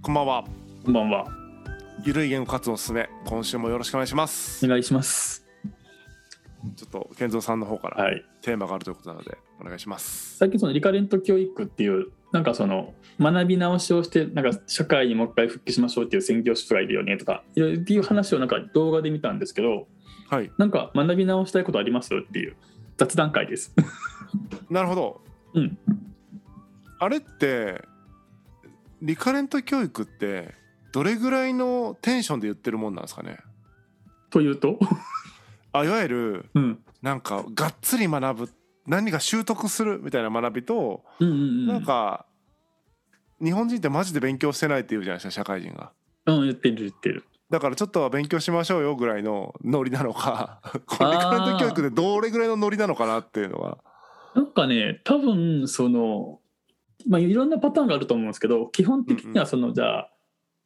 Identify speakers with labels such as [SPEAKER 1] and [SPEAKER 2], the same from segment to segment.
[SPEAKER 1] こんばんは。
[SPEAKER 2] こんばんは。
[SPEAKER 1] ゆるい言語活動を進め、今週もよろしくお願いします。
[SPEAKER 2] お願いします。
[SPEAKER 1] ちょっと健三さんの方から
[SPEAKER 2] はい。
[SPEAKER 1] テーマがあるということなのでお願いします。
[SPEAKER 2] 最近そのリカレント教育っていう、なんかその学び直しをして、なんか社会にもう一回復帰しましょうっていう専業主婦がいるよねとか、いろいろっていう話をなんか動画で見たんですけど、
[SPEAKER 1] はい。
[SPEAKER 2] なんか学び直したいことありますっていう雑談会です。
[SPEAKER 1] なるほど。
[SPEAKER 2] うん。
[SPEAKER 1] あれってリカレント教育ってどれぐらいのテンションで言ってるもんなんですかね。
[SPEAKER 2] というと、
[SPEAKER 1] あいわゆる
[SPEAKER 2] うん。
[SPEAKER 1] なんかがっつり学ぶ何か習得するみたいな学びと、
[SPEAKER 2] うんうんうん。
[SPEAKER 1] なん、か日本人ってマジで勉強してないって言うじゃないですか社会人が。
[SPEAKER 2] うん、言ってる言ってる。
[SPEAKER 1] だからちょっとは勉強しましょうよぐらいのノリなの かこれリカレント教育でどれぐらいのノリなのかなっていうのは
[SPEAKER 2] なんかね、多分その、まあ、いろんなパターンがあると思うんですけど、基本的にはその、じゃあ、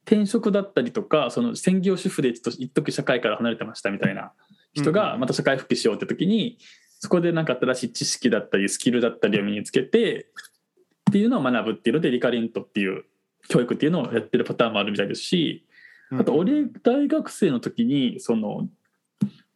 [SPEAKER 2] 転職だったりとか、その専業主婦でちょっと一時社会から離れてましたみたいな人
[SPEAKER 1] うんう
[SPEAKER 2] が、
[SPEAKER 1] ん
[SPEAKER 2] また社会復帰しようって時に、そこでなんか新しい知識だったり、スキルだったりを身につけて、っていうのを学ぶっていうので、リカレントっていう教育っていうのをやってるパターンもあるみたいですし、あと俺大学生の時にその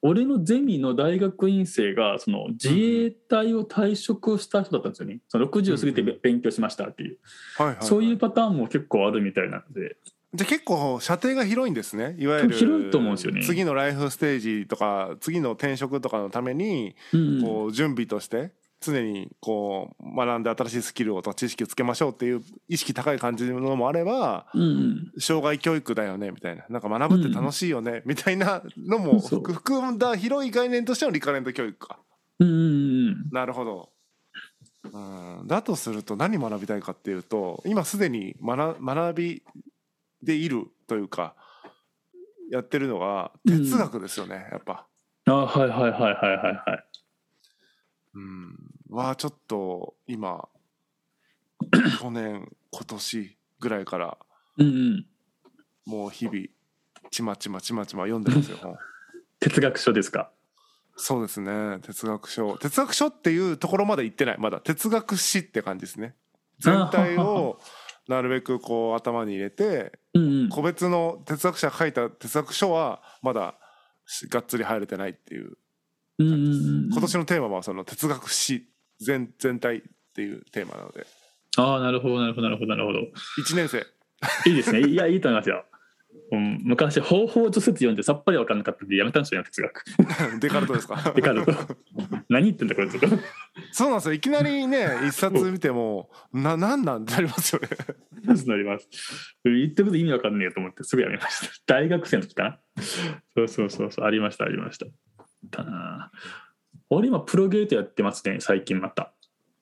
[SPEAKER 2] 俺のゼミの大学院生がその自衛隊を退職した人だったんですよねその60過ぎて
[SPEAKER 1] うんう
[SPEAKER 2] べ勉強しましたっていう
[SPEAKER 1] はいはいはい
[SPEAKER 2] そういうパターンも結構あるみたいなので
[SPEAKER 1] じゃあ結構射程が広いんですねいわゆる
[SPEAKER 2] 広いと思うんですよね
[SPEAKER 1] 次のライフステージとか次の転職とかのために
[SPEAKER 2] うん
[SPEAKER 1] こう準備として常にこう学んで新しいスキルをとか知識をつけましょうっていう意識高い感じのもあれば
[SPEAKER 2] うんうん
[SPEAKER 1] 障害教育だよねみたいななんか学ぶって楽しいよねみたいなのも
[SPEAKER 2] そう
[SPEAKER 1] 含んだ広い概念としてのリカレント教育か。
[SPEAKER 2] うんうんうん
[SPEAKER 1] なるほど。うん、だとすると何学びたいかっていうと今すでに学学びでいるというかやってるのが哲学ですよね、やっぱ。
[SPEAKER 2] あはいはいはいはいはいはい
[SPEAKER 1] うん、はちょっと今去年今年ぐらいから
[SPEAKER 2] うんうん
[SPEAKER 1] もう日々ちまちまちまちま読んでますよ。本
[SPEAKER 2] 哲学書ですか
[SPEAKER 1] そうですね哲学書哲学書っていうところまで行ってないまだ哲学史って感じですね全体をなるべくこう頭に入れて
[SPEAKER 2] うんうん
[SPEAKER 1] 個別の哲学者が書いた哲学書はまだがっつり入れてないっていう
[SPEAKER 2] うんうんうん
[SPEAKER 1] 今年のテーマはその哲学史全全体っていうテーマなので
[SPEAKER 2] ああなるほどなるほどなるほどなるほど
[SPEAKER 1] 1年生
[SPEAKER 2] いいですねいやいいと思いますよ、うん、昔方法除雪読んでさっぱり分かんなかったんでやめたんですよね哲学
[SPEAKER 1] デカルトですか
[SPEAKER 2] デカルト何言ってんだこれとか
[SPEAKER 1] そうなんですよいきなりね一冊見てもななんなんってなります よね
[SPEAKER 2] なります言ってること意味わかんねえよと思ってすぐやめました大学生の時かなそうそうそうそうありましたありましただな俺今プロゲートやってますね最近また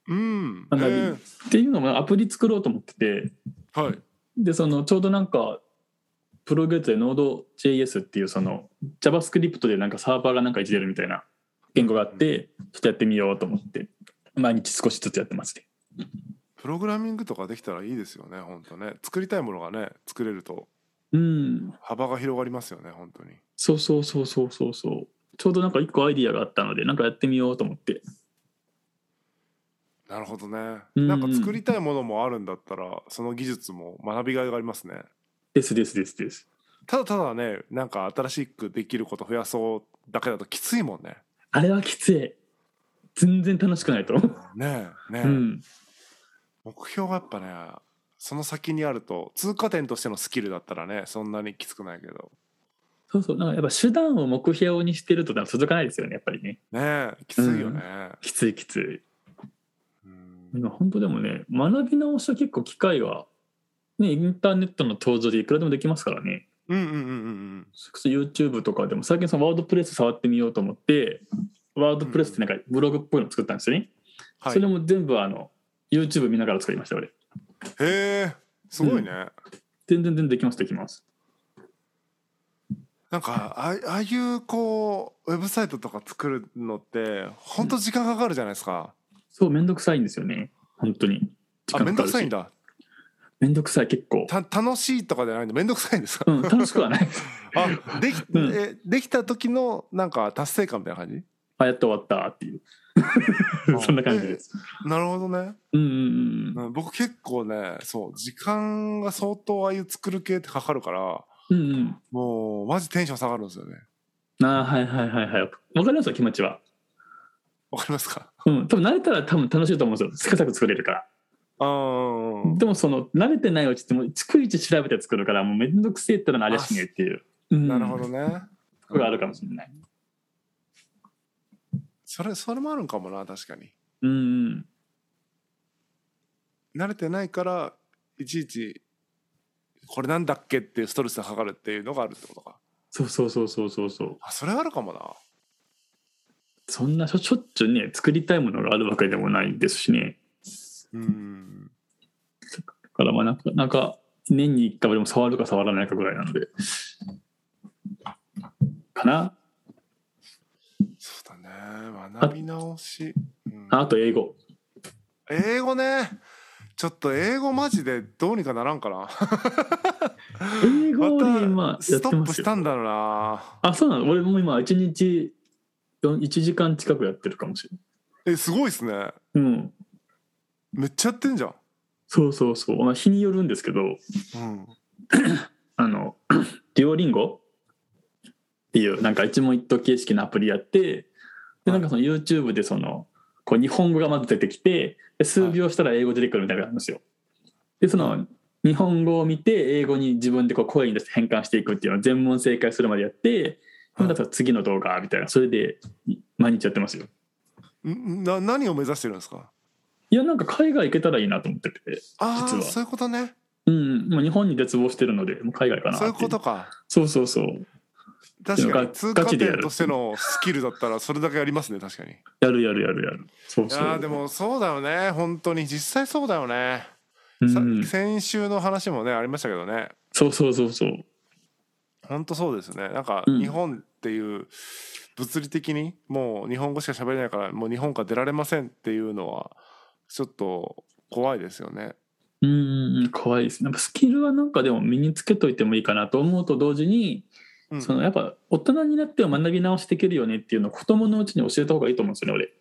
[SPEAKER 1] うん、え
[SPEAKER 2] 学びっていうのもアプリ作ろうと思ってて
[SPEAKER 1] ーはい
[SPEAKER 2] でそのちょうどなんかプロゲートで Node.js っていうその JavaScript でなんかサーバーがなんかいじれるみたいな言語があってちょっとやってみようと思って毎日少しずつやってますね
[SPEAKER 1] プログラミングとかできたらいいですよね本当ね作りたいものがね作れると
[SPEAKER 2] うん
[SPEAKER 1] 幅が広がりますよね本当に
[SPEAKER 2] そうそうそうそうそうそうちょうどなんか一個アイディアがあったのでなんかやってみようと思って
[SPEAKER 1] なるほどね、
[SPEAKER 2] うん
[SPEAKER 1] なんか作りたいものもあるんだったらその技術も学びがいがありますね
[SPEAKER 2] ですですですです
[SPEAKER 1] ただただねなんか新しくできること増やそうだけだときついもんね
[SPEAKER 2] あれはきつい全然楽しくないと思う
[SPEAKER 1] ねえねえ、
[SPEAKER 2] うん
[SPEAKER 1] 目標がやっぱねその先にあると通過点としてのスキルだったらねそんなにきつくないけど
[SPEAKER 2] そうそうなんかやっぱ手段を目標にしてるとなんか続かないですよねやっぱりね
[SPEAKER 1] ねえきついよね、
[SPEAKER 2] きついきつい
[SPEAKER 1] うん
[SPEAKER 2] 今本当でもね学び直しは結構機会がねインターネットの登場でいくらでもできますからね
[SPEAKER 1] うんうんうんうん
[SPEAKER 2] それこそ YouTube とかでも最近そのワードプレス触ってみようと思ってワードプレスってなんかブログっぽいの作ったんですよね、
[SPEAKER 1] はい
[SPEAKER 2] それも全部あの YouTube 見ながら作りました俺
[SPEAKER 1] へえすごいね、
[SPEAKER 2] 全然全然できますできます
[SPEAKER 1] なんかあああいうこうウェブサイトとか作るのってほんと時間かかるじゃないですか、
[SPEAKER 2] そうめんどくさいんですよね本当に時
[SPEAKER 1] あめんどくさいん
[SPEAKER 2] だ
[SPEAKER 1] だ
[SPEAKER 2] めんどくさい結構
[SPEAKER 1] た楽しいとかじゃないんでめんどくさいんですか、
[SPEAKER 2] うん楽しくはない
[SPEAKER 1] あでき、
[SPEAKER 2] うん
[SPEAKER 1] えできた時のなんか達成感みたいな感じ
[SPEAKER 2] あやっと終わったっていう そんな感じです。
[SPEAKER 1] なるほどね、
[SPEAKER 2] うんうんうん
[SPEAKER 1] うん、僕結構ねそう時間が相当ああいう作る系ってかかるから
[SPEAKER 2] うんうん
[SPEAKER 1] もうマジテンション下がるんですよね
[SPEAKER 2] あーはいはいはいはいわかりますよ気持ちは
[SPEAKER 1] わかりますか
[SPEAKER 2] うん多分慣れたら多分楽しいと思うんですよサクサク作れるから
[SPEAKER 1] あーうん
[SPEAKER 2] でもその慣れてないうちってもう逐一調べて作るからもうめんどくせえったらあれしねえっていう、うん
[SPEAKER 1] なるほどね
[SPEAKER 2] これがあるかもしれない
[SPEAKER 1] それそれもあるんかもな確かに
[SPEAKER 2] うんうん
[SPEAKER 1] 慣れてないからいちいちこれなんだっけっていうストレスがかかるっていうのがあるってことか
[SPEAKER 2] そうそうそうそうそうそう
[SPEAKER 1] あそれあるかもな
[SPEAKER 2] そんなしょしょっちゅうね作りたいものがあるわけでもないですしね
[SPEAKER 1] うん
[SPEAKER 2] だからまあなかなか年に1回はでも触るか触らないかぐらいなのでかな
[SPEAKER 1] そうだね学び直し、うん
[SPEAKER 2] ああと英語
[SPEAKER 1] 英語ねちょっと英語マジでどうにかなら んかな
[SPEAKER 2] 英語
[SPEAKER 1] ま
[SPEAKER 2] で
[SPEAKER 1] た
[SPEAKER 2] 今や
[SPEAKER 1] ス
[SPEAKER 2] って
[SPEAKER 1] ト
[SPEAKER 2] ま
[SPEAKER 1] ップ
[SPEAKER 2] す
[SPEAKER 1] し
[SPEAKER 2] よ
[SPEAKER 1] たんだろうな
[SPEAKER 2] あそうなの俺も今1日1時間近くやってるかもし
[SPEAKER 1] えすごいっすね
[SPEAKER 2] れないうん
[SPEAKER 1] めっちゃやってんじゃん
[SPEAKER 2] そうそうそうまあ日によるんですけど
[SPEAKER 1] うん
[SPEAKER 2] あの デュオリンゴっていうなんか一問一答形式のアプリやってでなんかその YouTube でそのこう日本語がまず出てきてで数秒したら英語出てくるみたいなのがあるんですよ。でその日本語を見て英語に自分でこう声に出して変換していくっていうのを全問正解するまでやって
[SPEAKER 1] はい
[SPEAKER 2] まだ次の動画みたいなそれで毎日やってますよ。
[SPEAKER 1] んな何を目指してるんですか
[SPEAKER 2] いやなんか海外行けたらいいなと思ってて、
[SPEAKER 1] あ
[SPEAKER 2] 実
[SPEAKER 1] あ
[SPEAKER 2] は
[SPEAKER 1] そういうことね
[SPEAKER 2] うん、もう日本に絶望してるのでもう海外かなって
[SPEAKER 1] そういうことか
[SPEAKER 2] そうそうそう
[SPEAKER 1] 確か
[SPEAKER 2] ガ
[SPEAKER 1] に通過
[SPEAKER 2] ガチでや
[SPEAKER 1] 点
[SPEAKER 2] る
[SPEAKER 1] としてのスキルだったらそれだけありますね確かにい
[SPEAKER 2] やるやるやるやるそうそう
[SPEAKER 1] やーでもそうだよね本当に実際そうだよね、さ
[SPEAKER 2] うん、
[SPEAKER 1] 先週の話もねありましたけどね
[SPEAKER 2] そうそうそうそう。
[SPEAKER 1] 本当そうですねなんか
[SPEAKER 2] うん
[SPEAKER 1] 日本っていう物理的にもう日本語しか喋れないからもう日本から出られませんっていうのはちょっと怖いですよね
[SPEAKER 2] うんうん、怖いですね。やっぱスキルはなんかでも身につけといてもいいかなと思うと同時に、
[SPEAKER 1] うん
[SPEAKER 2] そのやっぱ大人になっても学び直していけるよねっていうのを子供のうちに教えた方がいいと思うんですよね、俺。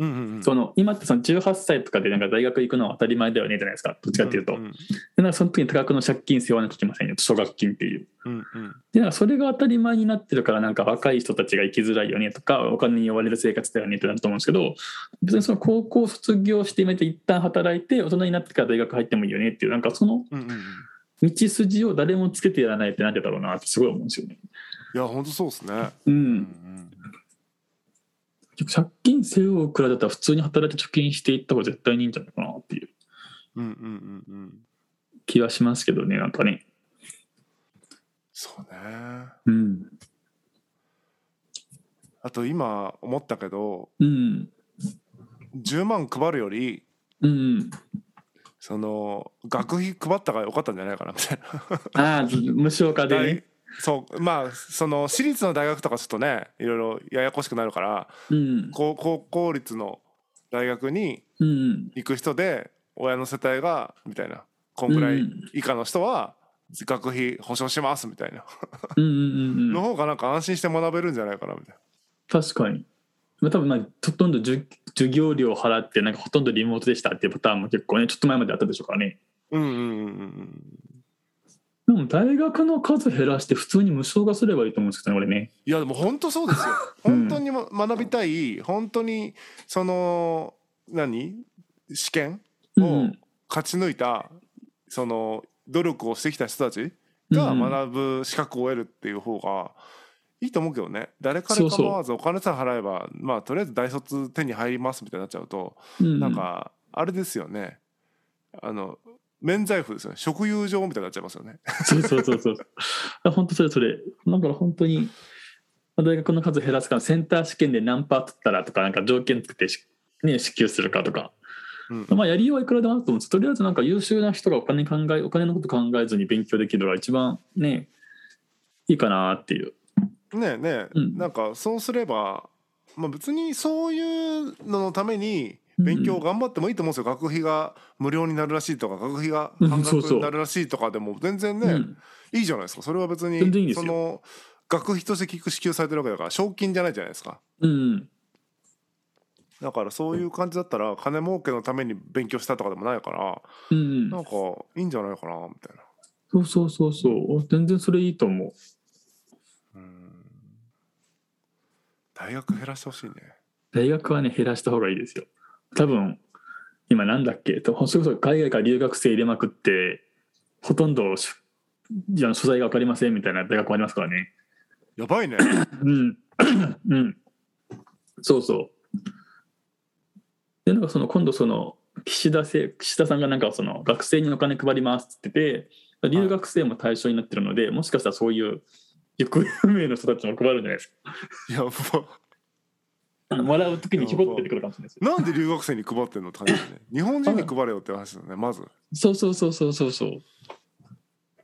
[SPEAKER 1] うんうんうん
[SPEAKER 2] その今ってその18歳とかでなんか大学行くのは当たり前だよねじゃないですか、どっちかっていうと。
[SPEAKER 1] んん
[SPEAKER 2] で、なんかその時に多額の借金背負わなきゃいけませんよ、奨学金っていう。
[SPEAKER 1] うんうん
[SPEAKER 2] で、なんかそれが当たり前になってるから、なんか若い人たちが生きづらいよねとか、お金に追われる生活だよねってなると思うんですけど、別にその高校卒業してみて、一旦働いて、大人になってから大学入ってもいいよねっていう、なんかその
[SPEAKER 1] うんうんうん
[SPEAKER 2] 道筋を誰もつけてやらないってなんでだろうなってすごい思うんですよね。
[SPEAKER 1] いや本当そうですね
[SPEAKER 2] う。
[SPEAKER 1] うん
[SPEAKER 2] 借金背負うくらいだったら普通に働いて貯金していった方が絶対にいいんじゃないかなっていう
[SPEAKER 1] うんうんうんうんうん
[SPEAKER 2] 気はしますけどね、なんかね。
[SPEAKER 1] そうね
[SPEAKER 2] うん。
[SPEAKER 1] あと今思ったけど
[SPEAKER 2] うん。
[SPEAKER 1] 10万配るより
[SPEAKER 2] うん。
[SPEAKER 1] その学費配ったが良かったんじゃないかなみたいな
[SPEAKER 2] ああ、無償化でね。
[SPEAKER 1] そうまあその私立の大学とかちょっとねいろいろややこしくなるから
[SPEAKER 2] うん。
[SPEAKER 1] 高高公立の大学に
[SPEAKER 2] うん。
[SPEAKER 1] 行く人で親の世帯がみたいなこんぐら
[SPEAKER 2] う
[SPEAKER 1] い
[SPEAKER 2] ん
[SPEAKER 1] 以下の人は学費保証しますみたいな、
[SPEAKER 2] うんうんう
[SPEAKER 1] の
[SPEAKER 2] ん。
[SPEAKER 1] 方がなんか安心して学べるんじゃないかなみたい
[SPEAKER 2] 確かに。まあ多分まあ、ほとんど授授業料払って、なんかほとんどリモートでしたっていうパターンも結構ね、ちょっと前まであったでしょうからね。
[SPEAKER 1] なうんうんうんうんうん
[SPEAKER 2] でも大学の数減らして普通に無償化すればいいと思うんですけどね、俺ね。
[SPEAKER 1] いやでも本当そうですよ
[SPEAKER 2] うん
[SPEAKER 1] 本当にも学びたい本当にその何試験
[SPEAKER 2] う
[SPEAKER 1] を
[SPEAKER 2] ん。
[SPEAKER 1] 勝ち抜いたその努力をしてきた人たちが
[SPEAKER 2] うん
[SPEAKER 1] 学ぶ資格を得るっていう方がいいと思うけどね誰から
[SPEAKER 2] そうそう
[SPEAKER 1] 構わずお金さえ払えばまあとりあえず大卒手に入りますみたいになっちゃうと
[SPEAKER 2] うん、
[SPEAKER 1] なんかあれですよねあの免罪符ですよね職友情みたいになっちゃいますよ ね
[SPEAKER 2] そうそうそうそう。あ本当それそれ。だから本当に大学の数減らすからセンター試験で何パー取ったらとかなんか条件作ってし、ね、支給するかとか、
[SPEAKER 1] うん
[SPEAKER 2] まあ、やりようはいくらでもあると思うんですとりあえずなんか優秀な人がお金考えお金のこと考えずに勉強できるのが一番ねいいかなっていう。
[SPEAKER 1] ねえねえ、
[SPEAKER 2] うん
[SPEAKER 1] なんかそうすれば、まあ、別にそういうののために勉強を頑張ってもいいと思うんですよ、学費が無料になるらしいとか学費が半額
[SPEAKER 2] うんそうそう
[SPEAKER 1] になるらしいとかでも全然ね、
[SPEAKER 2] うん
[SPEAKER 1] いいじゃないですかそれは別に
[SPEAKER 2] 全然いいです
[SPEAKER 1] そ
[SPEAKER 2] よ
[SPEAKER 1] の学費として支給されてるわけだから賞金じゃないじゃないですか
[SPEAKER 2] うん
[SPEAKER 1] だからそういう感じだったら金儲けのために勉強したとかでもないから
[SPEAKER 2] うん
[SPEAKER 1] なんかいいんじゃないかなみたいな。
[SPEAKER 2] そうそうそうそう全然それいいと思う
[SPEAKER 1] うん大学減らしてほしいね。
[SPEAKER 2] 大学はね減らした方がいいですよ多分今なんだっけとそれこそ海外から留学生入れまくってほとんどしいや所在が分かりませんみたいな大学もありますからね
[SPEAKER 1] やば いね。
[SPEAKER 2] うんうんそうそうでなんかその今度その岸田せ岸田さんがなんかその学生にお金配りますって言ってて留学生も対象になってるので、もしかしたらそういう行方不明の人たちも配るんじゃないですか
[SPEAKER 1] いやもう
[SPEAKER 2] あの笑う時にひょこっと出てくるかもしれないですよ
[SPEAKER 1] なんで留学生に配ってんのって話だよ ね。日本人に配れよって話だよねまず。い
[SPEAKER 2] そうそうそうそうそうそう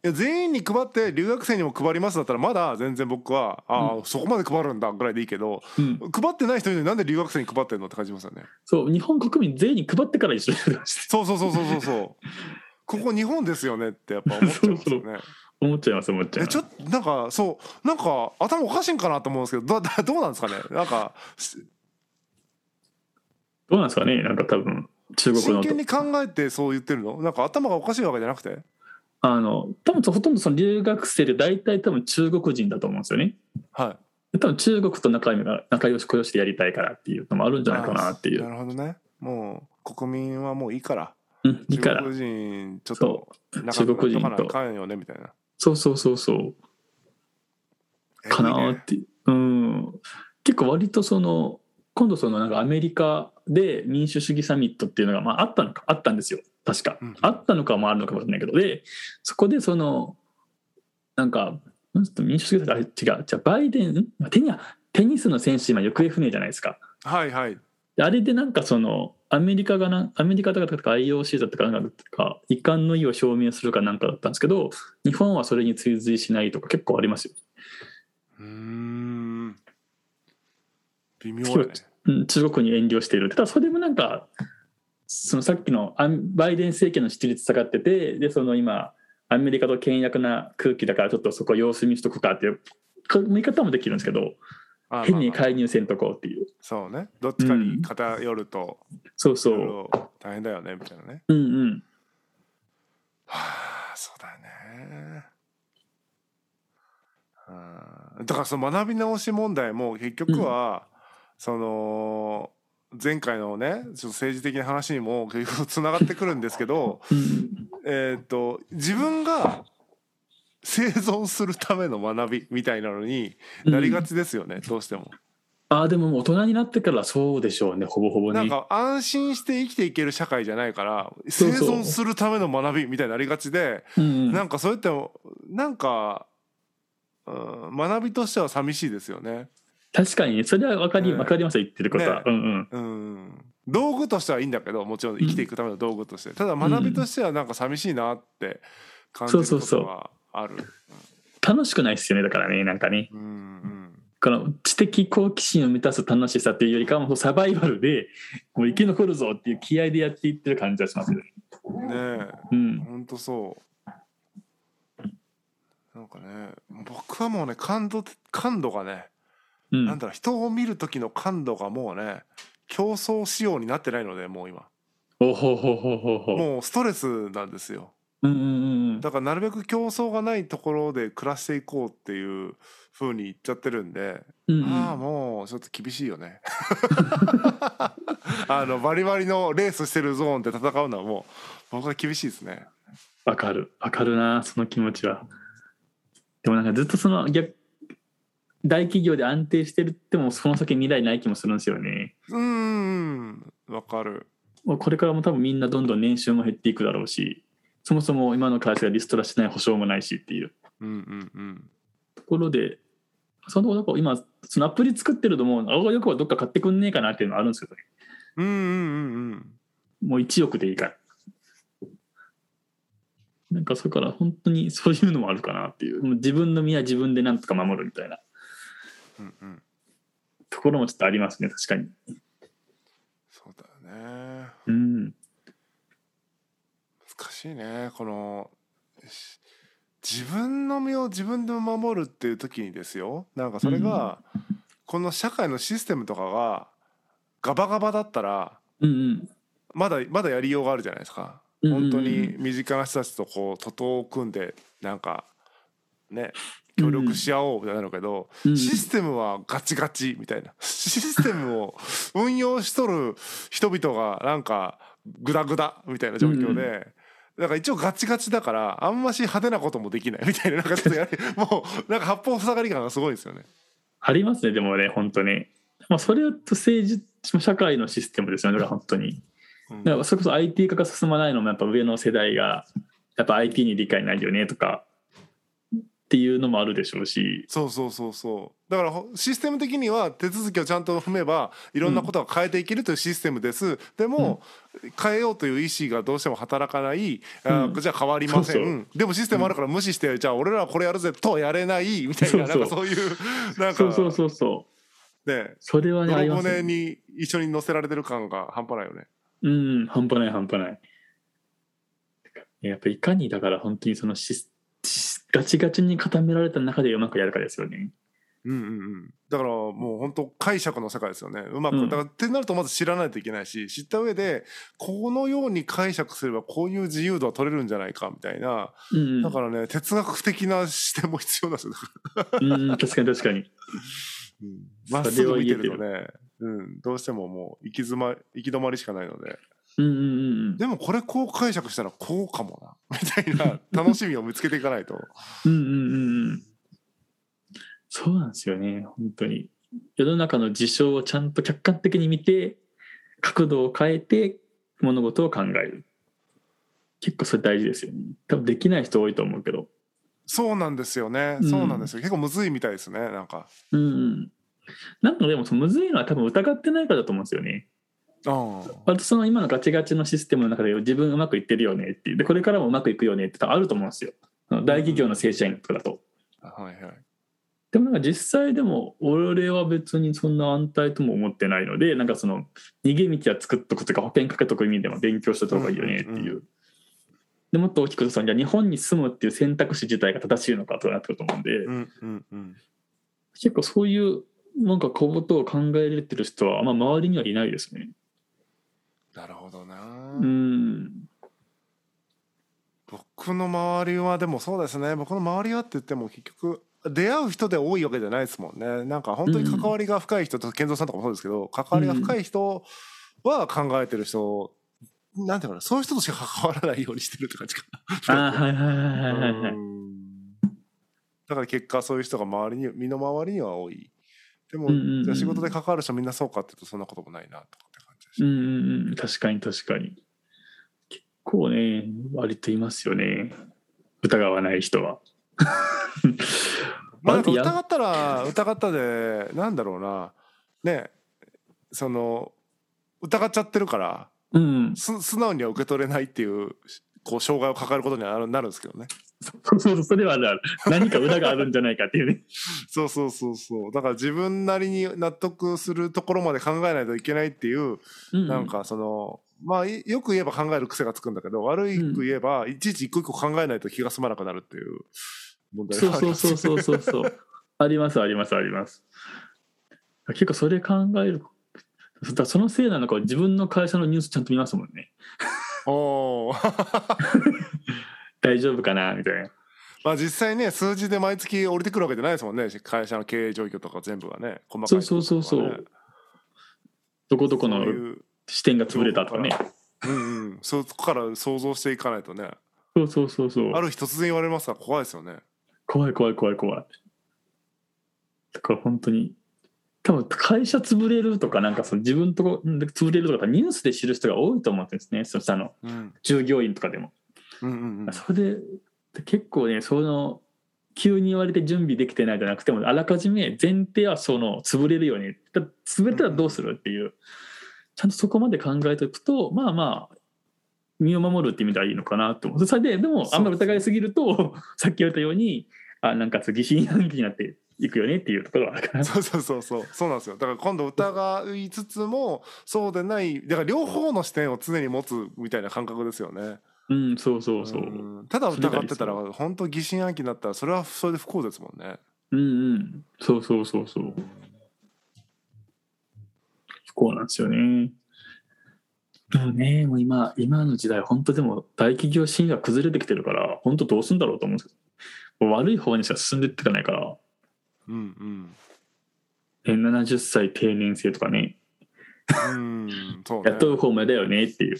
[SPEAKER 1] や全員に配って留学生にも配りますだったらまだ全然僕はああ、そこまで配るんだぐらいでいいけど
[SPEAKER 2] うん、
[SPEAKER 1] 配ってない人になんで留学生に配ってんのって感じますよね。
[SPEAKER 2] そう日本国民全員に配ってから一緒にやるして
[SPEAKER 1] そうそうそうそうそう そう。ここ日本ですよねってやっぱ思っちゃいますよね。
[SPEAKER 2] 思っちゃいます思っちゃい
[SPEAKER 1] え
[SPEAKER 2] ま
[SPEAKER 1] ち
[SPEAKER 2] す
[SPEAKER 1] ょっとなんかそうなんか頭おかしいんかなと思うんですけどだだどうなんですかねなんかし
[SPEAKER 2] どうなんですかねなんか多分中国
[SPEAKER 1] 真
[SPEAKER 2] の
[SPEAKER 1] 剣に考えてそう言ってるのなんか頭がおかしいわけじゃなくて
[SPEAKER 2] あの多分ほとんどその留学生で大体多分中国人だと思うんですよね
[SPEAKER 1] は
[SPEAKER 2] で多分中国と仲良い仲良しこよしてやりたいからっていうのもあるん
[SPEAKER 1] い
[SPEAKER 2] じゃないかなってい
[SPEAKER 1] あー
[SPEAKER 2] う、
[SPEAKER 1] なるほどねもう国民はもういいから
[SPEAKER 2] うん、いいか
[SPEAKER 1] 中
[SPEAKER 2] ら
[SPEAKER 1] 国人ちょっ
[SPEAKER 2] そ
[SPEAKER 1] と仲良くなっとかな
[SPEAKER 2] 中国人と
[SPEAKER 1] あかんよねみたいな
[SPEAKER 2] そうそうそうそう
[SPEAKER 1] え
[SPEAKER 2] か
[SPEAKER 1] い
[SPEAKER 2] ないー
[SPEAKER 1] ね
[SPEAKER 2] ってうん結構割とその今度そのなんかアメリカで民主主義サミットっていうのがまああったのかあったんですよ確か、
[SPEAKER 1] うん
[SPEAKER 2] あったのかもあるのかもしれないけどでそこでそのなんかなんつった民主主義あれ違うじゃあバイデンんテニアテニスの選手今行方不明じゃないですか
[SPEAKER 1] はいはい
[SPEAKER 2] であれでなんかそのアメリカがなアメリカだとか IOC だとかなんか遺憾の意を表明するかなんかだったんですけど日本はそれに追随しないとか結構ありますよ
[SPEAKER 1] うーん微妙だね
[SPEAKER 2] うん中国に遠慮しているただそれもなんかそのさっきのアンバイデン政権の支持率下がっててでその今アメリカと険悪な空気だからちょっとそこ様子見しとくかっていうこ見方もできるんですけど
[SPEAKER 1] あー
[SPEAKER 2] 変
[SPEAKER 1] まあ
[SPEAKER 2] に
[SPEAKER 1] まあ
[SPEAKER 2] 介入せんとこうっていう
[SPEAKER 1] そうねどっちかに偏ると
[SPEAKER 2] そうそ
[SPEAKER 1] いうろいろ大変だよねみたいなね
[SPEAKER 2] うんうん
[SPEAKER 1] はあそうだねうんだからその学び直し問題も結局は、その前回のねちょっと政治的な話にも結局つながってくるんですけど
[SPEAKER 2] うん
[SPEAKER 1] えーっと自分が生存するための学びみたいなのに
[SPEAKER 2] うん
[SPEAKER 1] なりがちですよね、どうしても。
[SPEAKER 2] ああでももう大人になってからそうでしょうねほぼほぼ
[SPEAKER 1] なん
[SPEAKER 2] ね
[SPEAKER 1] か安心して生きていける社会じゃないから
[SPEAKER 2] そ
[SPEAKER 1] 生
[SPEAKER 2] うそう
[SPEAKER 1] 存するための学びみたいになりがちで。
[SPEAKER 2] うん
[SPEAKER 1] なんかそれってなんか、うん、学びとしては寂しいですよね。
[SPEAKER 2] 確かにねそれは分かり
[SPEAKER 1] ね
[SPEAKER 2] 分かりますよ言ってることは、
[SPEAKER 1] ね
[SPEAKER 2] うんう
[SPEAKER 1] う
[SPEAKER 2] ん
[SPEAKER 1] ん、道具としてはいいんだけどもちろん生きていくための道具として、ただ学びとしてはなんか寂しいなって感じる
[SPEAKER 2] そう
[SPEAKER 1] こ
[SPEAKER 2] そうそう
[SPEAKER 1] とはある。
[SPEAKER 2] 楽しくないですよねだからねなんかね
[SPEAKER 1] うんうん
[SPEAKER 2] この知的好奇心を満たす楽しさというよりかはもうサバイバルでもう生き残るぞっていう気合でやっていってる感じはしますよね。
[SPEAKER 1] ね
[SPEAKER 2] う
[SPEAKER 1] え
[SPEAKER 2] ん、
[SPEAKER 1] ほんとそう。なんかね僕はもうね感度感度がね、
[SPEAKER 2] うん、
[SPEAKER 1] なんだろう人を見る時の感度がもうね競争仕様になってないのでもう今
[SPEAKER 2] おほほほほほ。
[SPEAKER 1] もうストレスなんですよ。
[SPEAKER 2] うんうんうんうん。
[SPEAKER 1] だからなるべく競争がないところで暮らしていこうっていう風に言っちゃってるんで、
[SPEAKER 2] うんうん
[SPEAKER 1] ああもうちょっと厳しいよね あのバリバリのレースしてるゾーンで戦うのはもう僕は厳しいですね
[SPEAKER 2] わかるわかるなその気持ちは。でもなんかずっとその逆大企業で安定してるってもその先未来ない気もするんですよね。
[SPEAKER 1] うーんわかる
[SPEAKER 2] もうこれからも多分みんなどんどん年収も減っていくだろうしそもそも今の会社がリストラしない保証もないしっていう。
[SPEAKER 1] うんうんうん
[SPEAKER 2] ところで、そのなんか今、そのアプリ作ってるのも、あわよくはどっか買ってくんねえかなっていうのはあるんですけどね、
[SPEAKER 1] うんうんうんうん
[SPEAKER 2] もう1億でいいから。なんかそれから本当にそういうのもあるかなっていう、もう自分の身は自分でなんとか守るみたいな
[SPEAKER 1] うんうん
[SPEAKER 2] ところもちょっとありますね、確かに。
[SPEAKER 1] そうだよね
[SPEAKER 2] うん。
[SPEAKER 1] 難しいねこのし自分の身を自分で守るっていう時にですよなんかそれが、この社会のシステムとかがガバガバだったら
[SPEAKER 2] うんうん
[SPEAKER 1] まだまだやりようがあるじゃないですか
[SPEAKER 2] うんうんう
[SPEAKER 1] 本
[SPEAKER 2] ん
[SPEAKER 1] 当に身近な人たちとこう徒党を組んでなんかね協力し合おうみたいなのけど、
[SPEAKER 2] うん
[SPEAKER 1] システムはガチガチみたいなシステムを運用しとる人々がなんかグダグダみたいな状況で。なんか一応ガチガチだからあんまし派手なこともできないみたいななんかちょっとやれもうなんか八方塞がり感がすごいですよね。
[SPEAKER 2] ありますねでもね本当にまあそれと政治社会のシステムですよねだから本当に
[SPEAKER 1] うん
[SPEAKER 2] だからそれこそ IT 化が進まないのもやっぱ上の世代がやっぱ IT に理解ないよねとかっていうのもあるでしょうし
[SPEAKER 1] そうそうそうそうだからほシステム的には手続きをちゃんと踏めばいろんなことが変えていけるというシステムです、でも、変えようという意思がどうしても働かない、あ
[SPEAKER 2] うん
[SPEAKER 1] じゃあ変わりません
[SPEAKER 2] そうそう
[SPEAKER 1] でもシステムあるから無視して、じゃあ俺らはこれやるぜとはやれないみたいな
[SPEAKER 2] そう
[SPEAKER 1] なんかそういうなんか
[SPEAKER 2] そうそうそうそう
[SPEAKER 1] ね
[SPEAKER 2] それはねあり
[SPEAKER 1] 泥
[SPEAKER 2] ます
[SPEAKER 1] 骨
[SPEAKER 2] ね
[SPEAKER 1] に一緒に乗せられてる感が半端ないよね。
[SPEAKER 2] うん半端ない半端ないやっぱいかにだから本当にそのシスシスガチガチに固められた中でうまくやるかですよね
[SPEAKER 1] うんうんうん、だからもう本当解釈の世界ですよねうまく、
[SPEAKER 2] うん
[SPEAKER 1] だからってなるとまず知らないといけないし知った上でこのように解釈すればこういう自由度は取れるんじゃないかみたいな
[SPEAKER 2] うんうん
[SPEAKER 1] だからね哲学的な視点も必要なんですよだから
[SPEAKER 2] うんうん確かに確かに
[SPEAKER 1] まっすぐ見てるとね、うん、どうしてももう行き詰ま行き止まりしかないので
[SPEAKER 2] うんうんうんうん
[SPEAKER 1] でもこれこう解釈したらこうかもなみ たいな楽しみを見つけていかないと
[SPEAKER 2] うんうんうんうん。そうなんですよね、本当に。世の中の事象をちゃんと客観的に見て、角度を変えて物事を考える。結構それ大事ですよね。多分できない人多いと思うけど。
[SPEAKER 1] そうなんですよね、
[SPEAKER 2] うん
[SPEAKER 1] そうなんですよ結構むずいみたいですねなんか
[SPEAKER 2] うんうん。なんかでもそのむずいのは多分疑ってないからだと思うんですよね。
[SPEAKER 1] うん
[SPEAKER 2] 割とその今のガチガチのシステムの中で自分うまくいってるよねっていう。で、これからもうまくいくよねって多分あると思うんですよ。その大企業の正社員とかだと。
[SPEAKER 1] はいはい
[SPEAKER 2] でもなんか実際でも俺は別にそんな安泰とも思ってないのでなんかその逃げ道は作っとくとか保険かけとく意味でも勉強しとった方がいいよねっていう。
[SPEAKER 1] うんうんう
[SPEAKER 2] でもっと大きく言うとそのじゃあ日本に住むっていう選択肢自体が正しいのかとなってくると思うんで、
[SPEAKER 1] うんうんうん
[SPEAKER 2] 結構そういうなんか小言を考えれてる人はあんま周りにはいないですね。
[SPEAKER 1] なるほどな、
[SPEAKER 2] うん
[SPEAKER 1] 僕の周りはでもそうですね僕の周りはって言っても結局出会う人で多いわけじゃないですもんねなんか本当に関わりが深い人と健三さんとかもそうですけど関わりが深い人は考えてる人、なんていうかなそういう人としか関わらないようにしてるって感じか
[SPEAKER 2] あ
[SPEAKER 1] な。
[SPEAKER 2] あはいはいはいはいはいは
[SPEAKER 1] う
[SPEAKER 2] い。
[SPEAKER 1] んだから結果そういう人が周りに身の回りには多いでも、
[SPEAKER 2] うんうんうん
[SPEAKER 1] じゃあ仕事で関わる人みんなそうかって言うとそんなこともないなとかって感じでし
[SPEAKER 2] うんうんうん確かに確かに。結構ね割といますよね疑わない人は。
[SPEAKER 1] まあ、なんか
[SPEAKER 2] 割とや
[SPEAKER 1] 疑ったら疑ったでなんだろうなねその疑っちゃってるから
[SPEAKER 2] うん、
[SPEAKER 1] す素直には受け取れないっていうこう障害を抱えることにはなるなるんですけどね
[SPEAKER 2] そうそうそれはあるある何か裏があるんじゃないかっていうね
[SPEAKER 1] そうそうそうそうだから自分なりに納得するところまで考えないといけないっていう、なんかそのまあいよく言えば考える癖がつくんだけど悪いく言えば、いちいち一個一個考えないと気が済まなくなるっていう問題
[SPEAKER 2] そう
[SPEAKER 1] があり
[SPEAKER 2] そ
[SPEAKER 1] ます
[SPEAKER 2] うそうそうそう そうありますありますあります結構それ考えるだからそのせいなのか自分の会社のニュースちゃんと見ますもんね
[SPEAKER 1] おー
[SPEAKER 2] 大丈夫かなみたいな
[SPEAKER 1] まあ実際ね数字で毎月降りてくるわけじゃないですもんね会社の経営状況とか全部がね細かい
[SPEAKER 2] そうそうそうそう
[SPEAKER 1] ところとかね
[SPEAKER 2] どこどこの
[SPEAKER 1] そういう
[SPEAKER 2] 視点が潰れたとかね
[SPEAKER 1] うんうん そこから想像していかないとね
[SPEAKER 2] そうそうそうそう
[SPEAKER 1] ある日突然言われますから怖いですよね
[SPEAKER 2] 怖い怖い怖い怖いだから本当に多分会社潰れるとかなんかその自分とこ潰れるとかニュースで知る人が多いと思うんですねそしてあの
[SPEAKER 1] うん
[SPEAKER 2] 従業員とかでも
[SPEAKER 1] うんうんうん
[SPEAKER 2] それでで結構ねその急に言われて準備できてないじゃなくてもあらかじめ前提はその潰れるようにだ潰れたらどうするっていう、ちゃんとそこまで考えておくとまあまあ身を守るって意味ではいいのかなと思うそれででもあんまり疑いすぎると さっき言われたようにあなんかそう疑心暗鬼になっていくよねっていうところはあるか な。
[SPEAKER 1] そうそうそうそうそうなんですよだから今度疑いつつもそうでないだから両方の視点を常に持つみたいな感覚ですよね
[SPEAKER 2] うん、そうそうそう。うん
[SPEAKER 1] んただ疑ってたら本当疑心暗鬼になったらそれはそれで不幸ですもんね
[SPEAKER 2] うん。そうそうそうそう。不幸なんですよね。でもね、もう今、今の時代、本当でも大企業シーンが崩れてきてるから、本当どうすんだろうと思うんですけど、悪い方にしか進んでいってかないから、
[SPEAKER 1] うん
[SPEAKER 2] え70歳定年制とかね、
[SPEAKER 1] うんうんそうね
[SPEAKER 2] 雇う方面だよねっていう。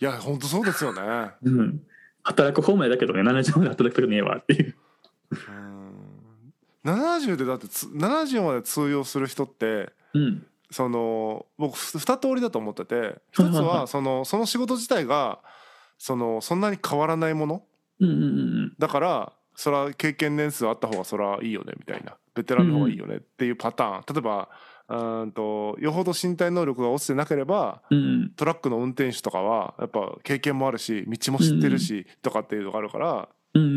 [SPEAKER 1] いや本当そうですよね
[SPEAKER 2] うん。働く方面だけどね、70まで働きたくねえわっていう。
[SPEAKER 1] うん70でだってつ70まで通用する人って
[SPEAKER 2] うん。
[SPEAKER 1] その僕2通りだと思ってて一つ
[SPEAKER 2] はいはいは
[SPEAKER 1] はいそのその仕事自体がそのそんなに変わらないもの
[SPEAKER 2] うんうんうん
[SPEAKER 1] だからそれは経験年数あった方がそれはいいよねみたいなベテランの方がいいよねっていうパターン、例えばうーんとよほど身体能力が落ちてなければ
[SPEAKER 2] うん。うん
[SPEAKER 1] トラックの運転手とかはやっぱ経験もあるし道も知ってるしとかっていうのがあるから、
[SPEAKER 2] うん。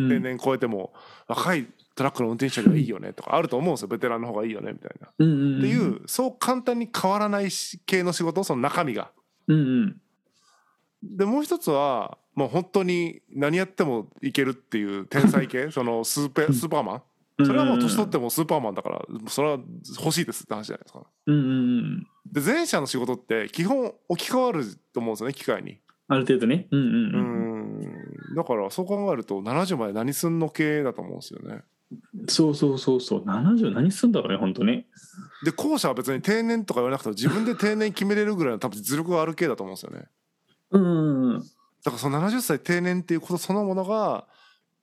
[SPEAKER 2] う
[SPEAKER 1] 定
[SPEAKER 2] ん
[SPEAKER 1] 年超えても若いトラックの運転手よりはいいよねとかあると思うんですよベテランの方がいいよねみたいな。
[SPEAKER 2] うん。
[SPEAKER 1] っていうそう簡単に変わらないし系の仕事その中身が。
[SPEAKER 2] うんうん。
[SPEAKER 1] でもう一つはもう本当に何やってもいけるっていう天才系そのスーペスーパーマンそれはもう年取ってもスーパーマンだからそれは欲しいですって話じゃないですか。
[SPEAKER 2] うんうんうん。
[SPEAKER 1] で前者の仕事って基本置き換わると思うんですよね機械に。
[SPEAKER 2] ある程度ね。うんうん
[SPEAKER 1] う
[SPEAKER 2] うん。
[SPEAKER 1] んだからそう考えると70まで何すんの系だと思うんですよね。
[SPEAKER 2] そうそうそうそう。70何すんだろうね、本当ね。
[SPEAKER 1] で後者は別に定年とか言わなくても自分で定年決めれるぐらいの多分実力がある系だと思うんですよね。
[SPEAKER 2] うんうんうん。
[SPEAKER 1] だからその70歳定年っていうことそのものが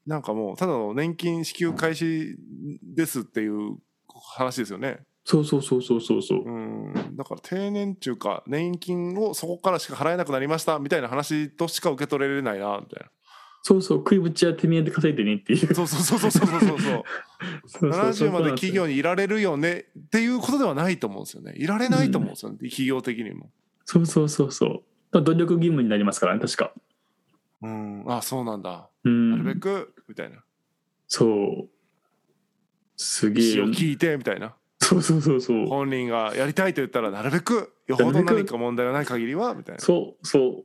[SPEAKER 1] なんかもうただの年金支給開始ですっていう話ですよね。
[SPEAKER 2] そうそうそうそうそうそう。
[SPEAKER 1] うんだから定年っていうか年金をそこからしか払えなくなりましたみたいな話としか受け取れれないなみたい
[SPEAKER 2] そうそう、食いぶちはてめえで稼いでねっていう。
[SPEAKER 1] なそうそうそうそうそう そうそう
[SPEAKER 2] そうそうそう
[SPEAKER 1] 70まで企業にいられるよねっていうことではないと思うんですよねいられないと思うんですよね、企業的にも
[SPEAKER 2] そうそうそうそう。努力義務になりますからね、確か。
[SPEAKER 1] うんあそうなんだ
[SPEAKER 2] う
[SPEAKER 1] なるべ
[SPEAKER 2] ん。
[SPEAKER 1] くみたいな
[SPEAKER 2] そう。すげえ
[SPEAKER 1] 意
[SPEAKER 2] よ
[SPEAKER 1] 思を。聞いてみたいな
[SPEAKER 2] そうそうそうそう。
[SPEAKER 1] 本人がやりたいと言ったらなるべくよほど何か問題がない限りはみたいな
[SPEAKER 2] そう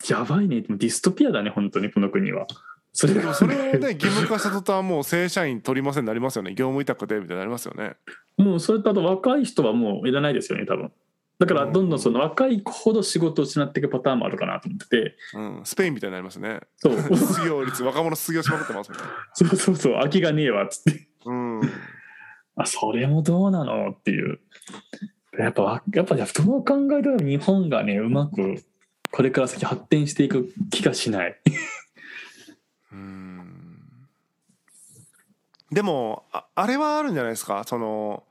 [SPEAKER 2] そう。やばいね。でもディストピアだね、本当に、この国は。それ
[SPEAKER 1] でもそれをね義務化した途端もう正社員取りませんになりますよね業務委託でみたいになりますよね
[SPEAKER 2] もうそれとあと若い人はもういらないですよね、多分。だからどんどんその若い子ほど仕事を失っていくパターンもあるかなと思ってて、
[SPEAKER 1] うんスペインみたいになりますね
[SPEAKER 2] そう
[SPEAKER 1] 失業率若者失業しまくってますもんね
[SPEAKER 2] そうそうそう、空きがねえわっつって、
[SPEAKER 1] うん
[SPEAKER 2] あ、それもどうなのっていう。やっぱわ、やっぱ、どう考えても日本がね、うまくこれから先発展していく気がしない。
[SPEAKER 1] うんでもああれはあるんじゃないですかその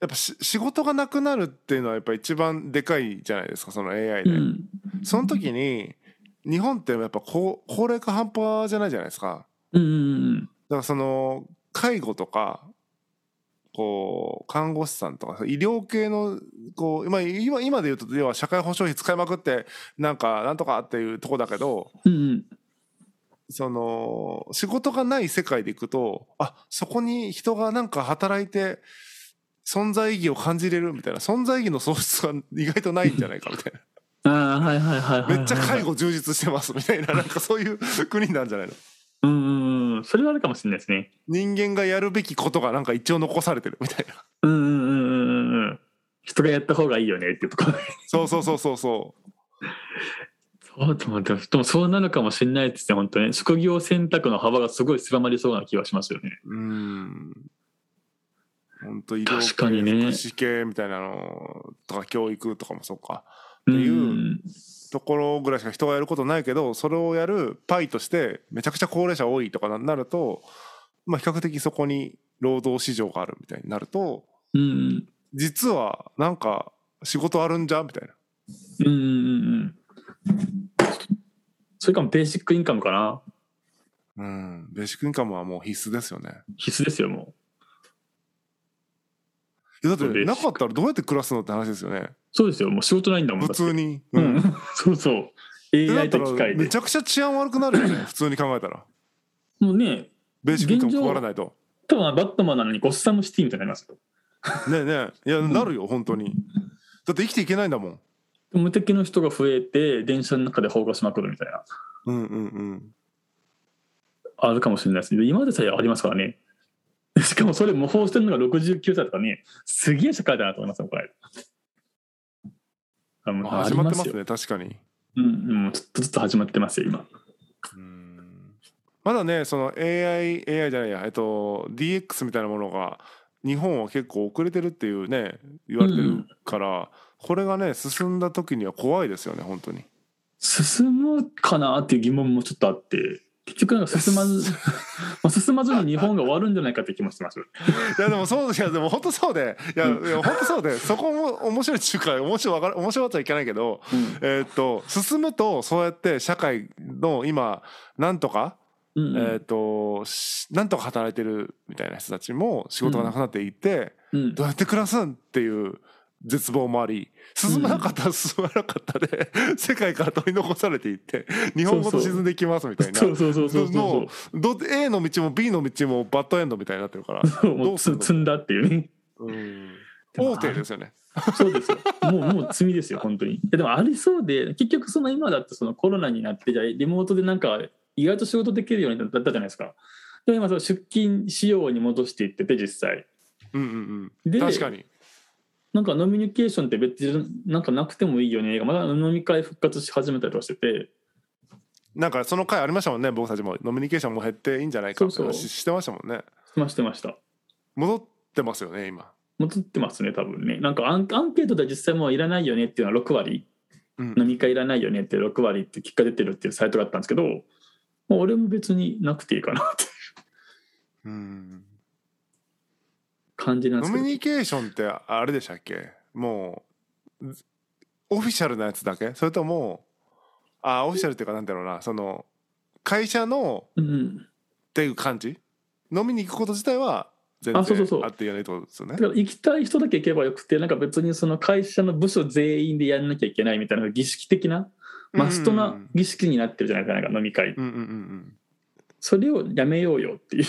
[SPEAKER 1] やっぱし仕事がなくなるっていうのはやっぱ一番でかいじゃないですかその AI で、
[SPEAKER 2] うん。
[SPEAKER 1] その時に日本ってやっぱ高高齢化半端じゃないじゃないですか
[SPEAKER 2] うんうん
[SPEAKER 1] だからその介護とかこう看護師さんとか医療系のこう今今今で言うと要は社会保障費使いまくってなんかなんとかっていうとこだけど
[SPEAKER 2] うん。うんうん。
[SPEAKER 1] その仕事がない世界でいくとあそこに人がなんか働いて存在意義を感じれるみたいな存在意義の喪失が意外とないんじゃないかみたい
[SPEAKER 2] ああ、はいはいはいはい、は。
[SPEAKER 1] ないめっちゃ介護充実してますみたいななんかそういう国なんじゃないの
[SPEAKER 2] うんうんうん。それはあるかもしれないですね。
[SPEAKER 1] 人間がやるべきことがなんか一応残されてるみたい な
[SPEAKER 2] うんうんうんうんうんうん。人がやった方がいいよねっていうところ。
[SPEAKER 1] そうそうそうそうそう
[SPEAKER 2] そうと思ってでもそうなのかもしれないですね、本当ね。職業選択の幅がすごい狭まりそうな気がしますよね。
[SPEAKER 1] うん。本当医療
[SPEAKER 2] 確かにね
[SPEAKER 1] 系福祉系みたいなのとか教育とかもそうか
[SPEAKER 2] って
[SPEAKER 1] いうところぐらいしか人がやることないけどそれをやるパイとしてめちゃくちゃ高齢者多いとかなると、まあ、比較的そこに労働市場があるみたいになると
[SPEAKER 2] うん。うん。
[SPEAKER 1] 実はなんか仕事あるんじゃんみたいな。
[SPEAKER 2] うんうんうんうん。それかもベーシックインカムかな。
[SPEAKER 1] うん、ベーシックインカムはもう必須ですよね。
[SPEAKER 2] 必須ですよ、もう。
[SPEAKER 1] いやだっ
[SPEAKER 2] そう
[SPEAKER 1] て
[SPEAKER 2] です
[SPEAKER 1] なかったらどうやって暮らすのって話ですよね。
[SPEAKER 2] そうですよ、もう仕事ないんだもん。
[SPEAKER 1] 普通に。
[SPEAKER 2] だって。
[SPEAKER 1] う
[SPEAKER 2] うんん。そうそう。
[SPEAKER 1] ってな
[SPEAKER 2] AI
[SPEAKER 1] った
[SPEAKER 2] と
[SPEAKER 1] ら
[SPEAKER 2] 機械
[SPEAKER 1] め
[SPEAKER 2] で
[SPEAKER 1] ち。ゃくちゃ治安悪くなるよね普通に考えたら
[SPEAKER 2] もうね、
[SPEAKER 1] ベーシックインカム配らないと
[SPEAKER 2] 多分バットマンなのにゴッサムシティみたいになりますよ。
[SPEAKER 1] ねえねえいや
[SPEAKER 2] ん
[SPEAKER 1] なるよ本当にだって生きていけないんだもん
[SPEAKER 2] 無敵の人が増えて、電車の中で放火しまくるみたいな。
[SPEAKER 1] うんうんうん
[SPEAKER 2] あるかもしれないですね。今までさえありますからね。 しかもそれ模倣してるのが69歳とかね、すげえ社会だなと思いますよ、これ。あもう
[SPEAKER 1] あ始まってま
[SPEAKER 2] あり
[SPEAKER 1] す
[SPEAKER 2] よ
[SPEAKER 1] ね確かに
[SPEAKER 2] うん、もうちょっとずつ始まってますよ、今。
[SPEAKER 1] うんまだねその AI AI じゃないやえっと DX みたいなものが日本は結構遅れてるっていうね言われてるから、これがね進んだ時には怖いですよね本当に
[SPEAKER 2] 進むかなっていう疑問もちょっとあって、結局なんか進ま ず、まあ進まずに日本が終わるんじゃないかって気もしてます。
[SPEAKER 1] いやでもそういやでも本当そうでいやい
[SPEAKER 2] うん
[SPEAKER 1] や本当そうでそこも面白いっていうか面白いわから面白かったらいけないけどえーっと進むとそうやって社会の今なんとか
[SPEAKER 2] うん。うん。
[SPEAKER 1] えーっとしなんとか働いてるみたいな人たちも仕事がなくなっていって
[SPEAKER 2] うん
[SPEAKER 1] どうやって暮らすんっていう絶望もあり進まなかったら進まなかったで 世界から取り残されていって日本ごと沈んでいきますみたいな
[SPEAKER 2] そうそうそうそうそう
[SPEAKER 1] ど A の道も B の道もバッドエンドみたいになってる から。
[SPEAKER 2] そう。も
[SPEAKER 1] ど
[SPEAKER 2] う
[SPEAKER 1] うすんの
[SPEAKER 2] 積んだっていうね。
[SPEAKER 1] 大手ですよね。
[SPEAKER 2] そうですよ。もう、もう罪ですよ、本当に。いやでもありそうで、結局その今だってそのコロナになって、じゃあリモートでなんか意外と仕事できるようになったじゃないですか。で、今その出勤仕様に戻していってて、実際。
[SPEAKER 1] うんうんう
[SPEAKER 2] で
[SPEAKER 1] ん、確かに。
[SPEAKER 2] なんかノミニケーションって別になんかなくてもいいよねがまだ飲み会復活し始めたりとかしてて
[SPEAKER 1] なんかその回ありましたもんね僕たちもノミニケーションも減っていいんじゃないかみたいな
[SPEAKER 2] そうそう
[SPEAKER 1] 話してましたもんね
[SPEAKER 2] してましたしてました
[SPEAKER 1] 戻ってますよね今、
[SPEAKER 2] 戻ってますね多分ねなんかアンアンケートで実際もういらないよねっていうのは6割
[SPEAKER 1] うん
[SPEAKER 2] 飲み会いらないよねって6割って結果出てるっていうサイトがあったんですけどもう俺も別になくていいかなって
[SPEAKER 1] うん
[SPEAKER 2] 感じなんで
[SPEAKER 1] ノ
[SPEAKER 2] すけ
[SPEAKER 1] ミ
[SPEAKER 2] ど
[SPEAKER 1] ニケーションってあれでしたっけもうオフィシャルなやつだけそれともあオフィシャルっていうかなんだろうなその会社の
[SPEAKER 2] うん、
[SPEAKER 1] っていう感じ飲みに行くこと自体は全然
[SPEAKER 2] あそうそうそう
[SPEAKER 1] あっていないってことですよね
[SPEAKER 2] だから行きたい人だけ行けばよくてなんか別にその会社の部署全員でやんなきゃいけないみたいな儀式的なマストな儀式になってるじゃないですかなんか飲み会
[SPEAKER 1] うんうんうん
[SPEAKER 2] それをやめようよっていう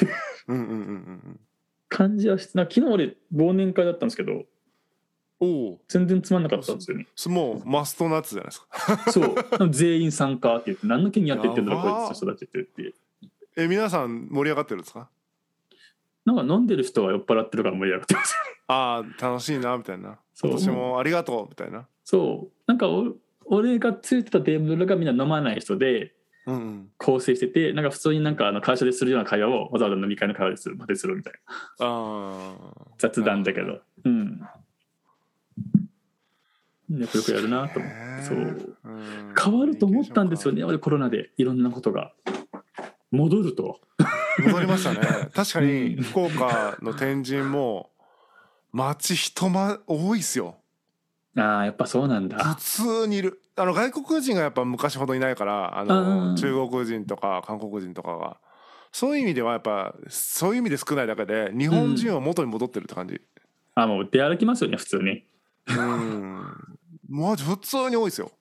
[SPEAKER 1] うんうんうんうんうん
[SPEAKER 2] 感じはしてなんか昨日俺忘年会だったんですけど
[SPEAKER 1] うんおお
[SPEAKER 2] 全然つまんなかったんですよね
[SPEAKER 1] そもうマストなやつじゃないですか
[SPEAKER 2] そう全員参加って言って何の権限やって言ってんだろう
[SPEAKER 1] やば
[SPEAKER 2] こいつの人たちって言って
[SPEAKER 1] え皆さん盛り上がってるんですか
[SPEAKER 2] なんか飲んでる人は酔っ払ってるから盛り上がってます
[SPEAKER 1] ああ楽しいなみたいな
[SPEAKER 2] そう
[SPEAKER 1] 今年もありがとうみたいな
[SPEAKER 2] そうなんかお俺がついてたテーブルがみんな飲まない人で
[SPEAKER 1] うんうん
[SPEAKER 2] 構成しててなんか普通になんかあの会社でするような会話をわざわざ飲み会の会話でするまでするみたいな
[SPEAKER 1] あ
[SPEAKER 2] 雑談だけどうんよくよくやるなと思って
[SPEAKER 1] あ
[SPEAKER 2] そう変わると思ったんですよね俺コロナでいろんなことが戻ると
[SPEAKER 1] 戻りましたね 確かに
[SPEAKER 2] うん
[SPEAKER 1] 福岡の天神も街人ま多いっすよ
[SPEAKER 2] ああやっぱそうなん
[SPEAKER 1] 普
[SPEAKER 2] だ
[SPEAKER 1] 通にいるあの外国人がやっぱ昔ほどいないからあ
[SPEAKER 2] あー
[SPEAKER 1] の中国人とか韓国人とかがそういう意味ではやっぱそういう意味で少ないだけで日本人は元に戻ってるって感じ
[SPEAKER 2] あもう出歩きますよね普通に
[SPEAKER 1] うんマジ普通に多いっすよ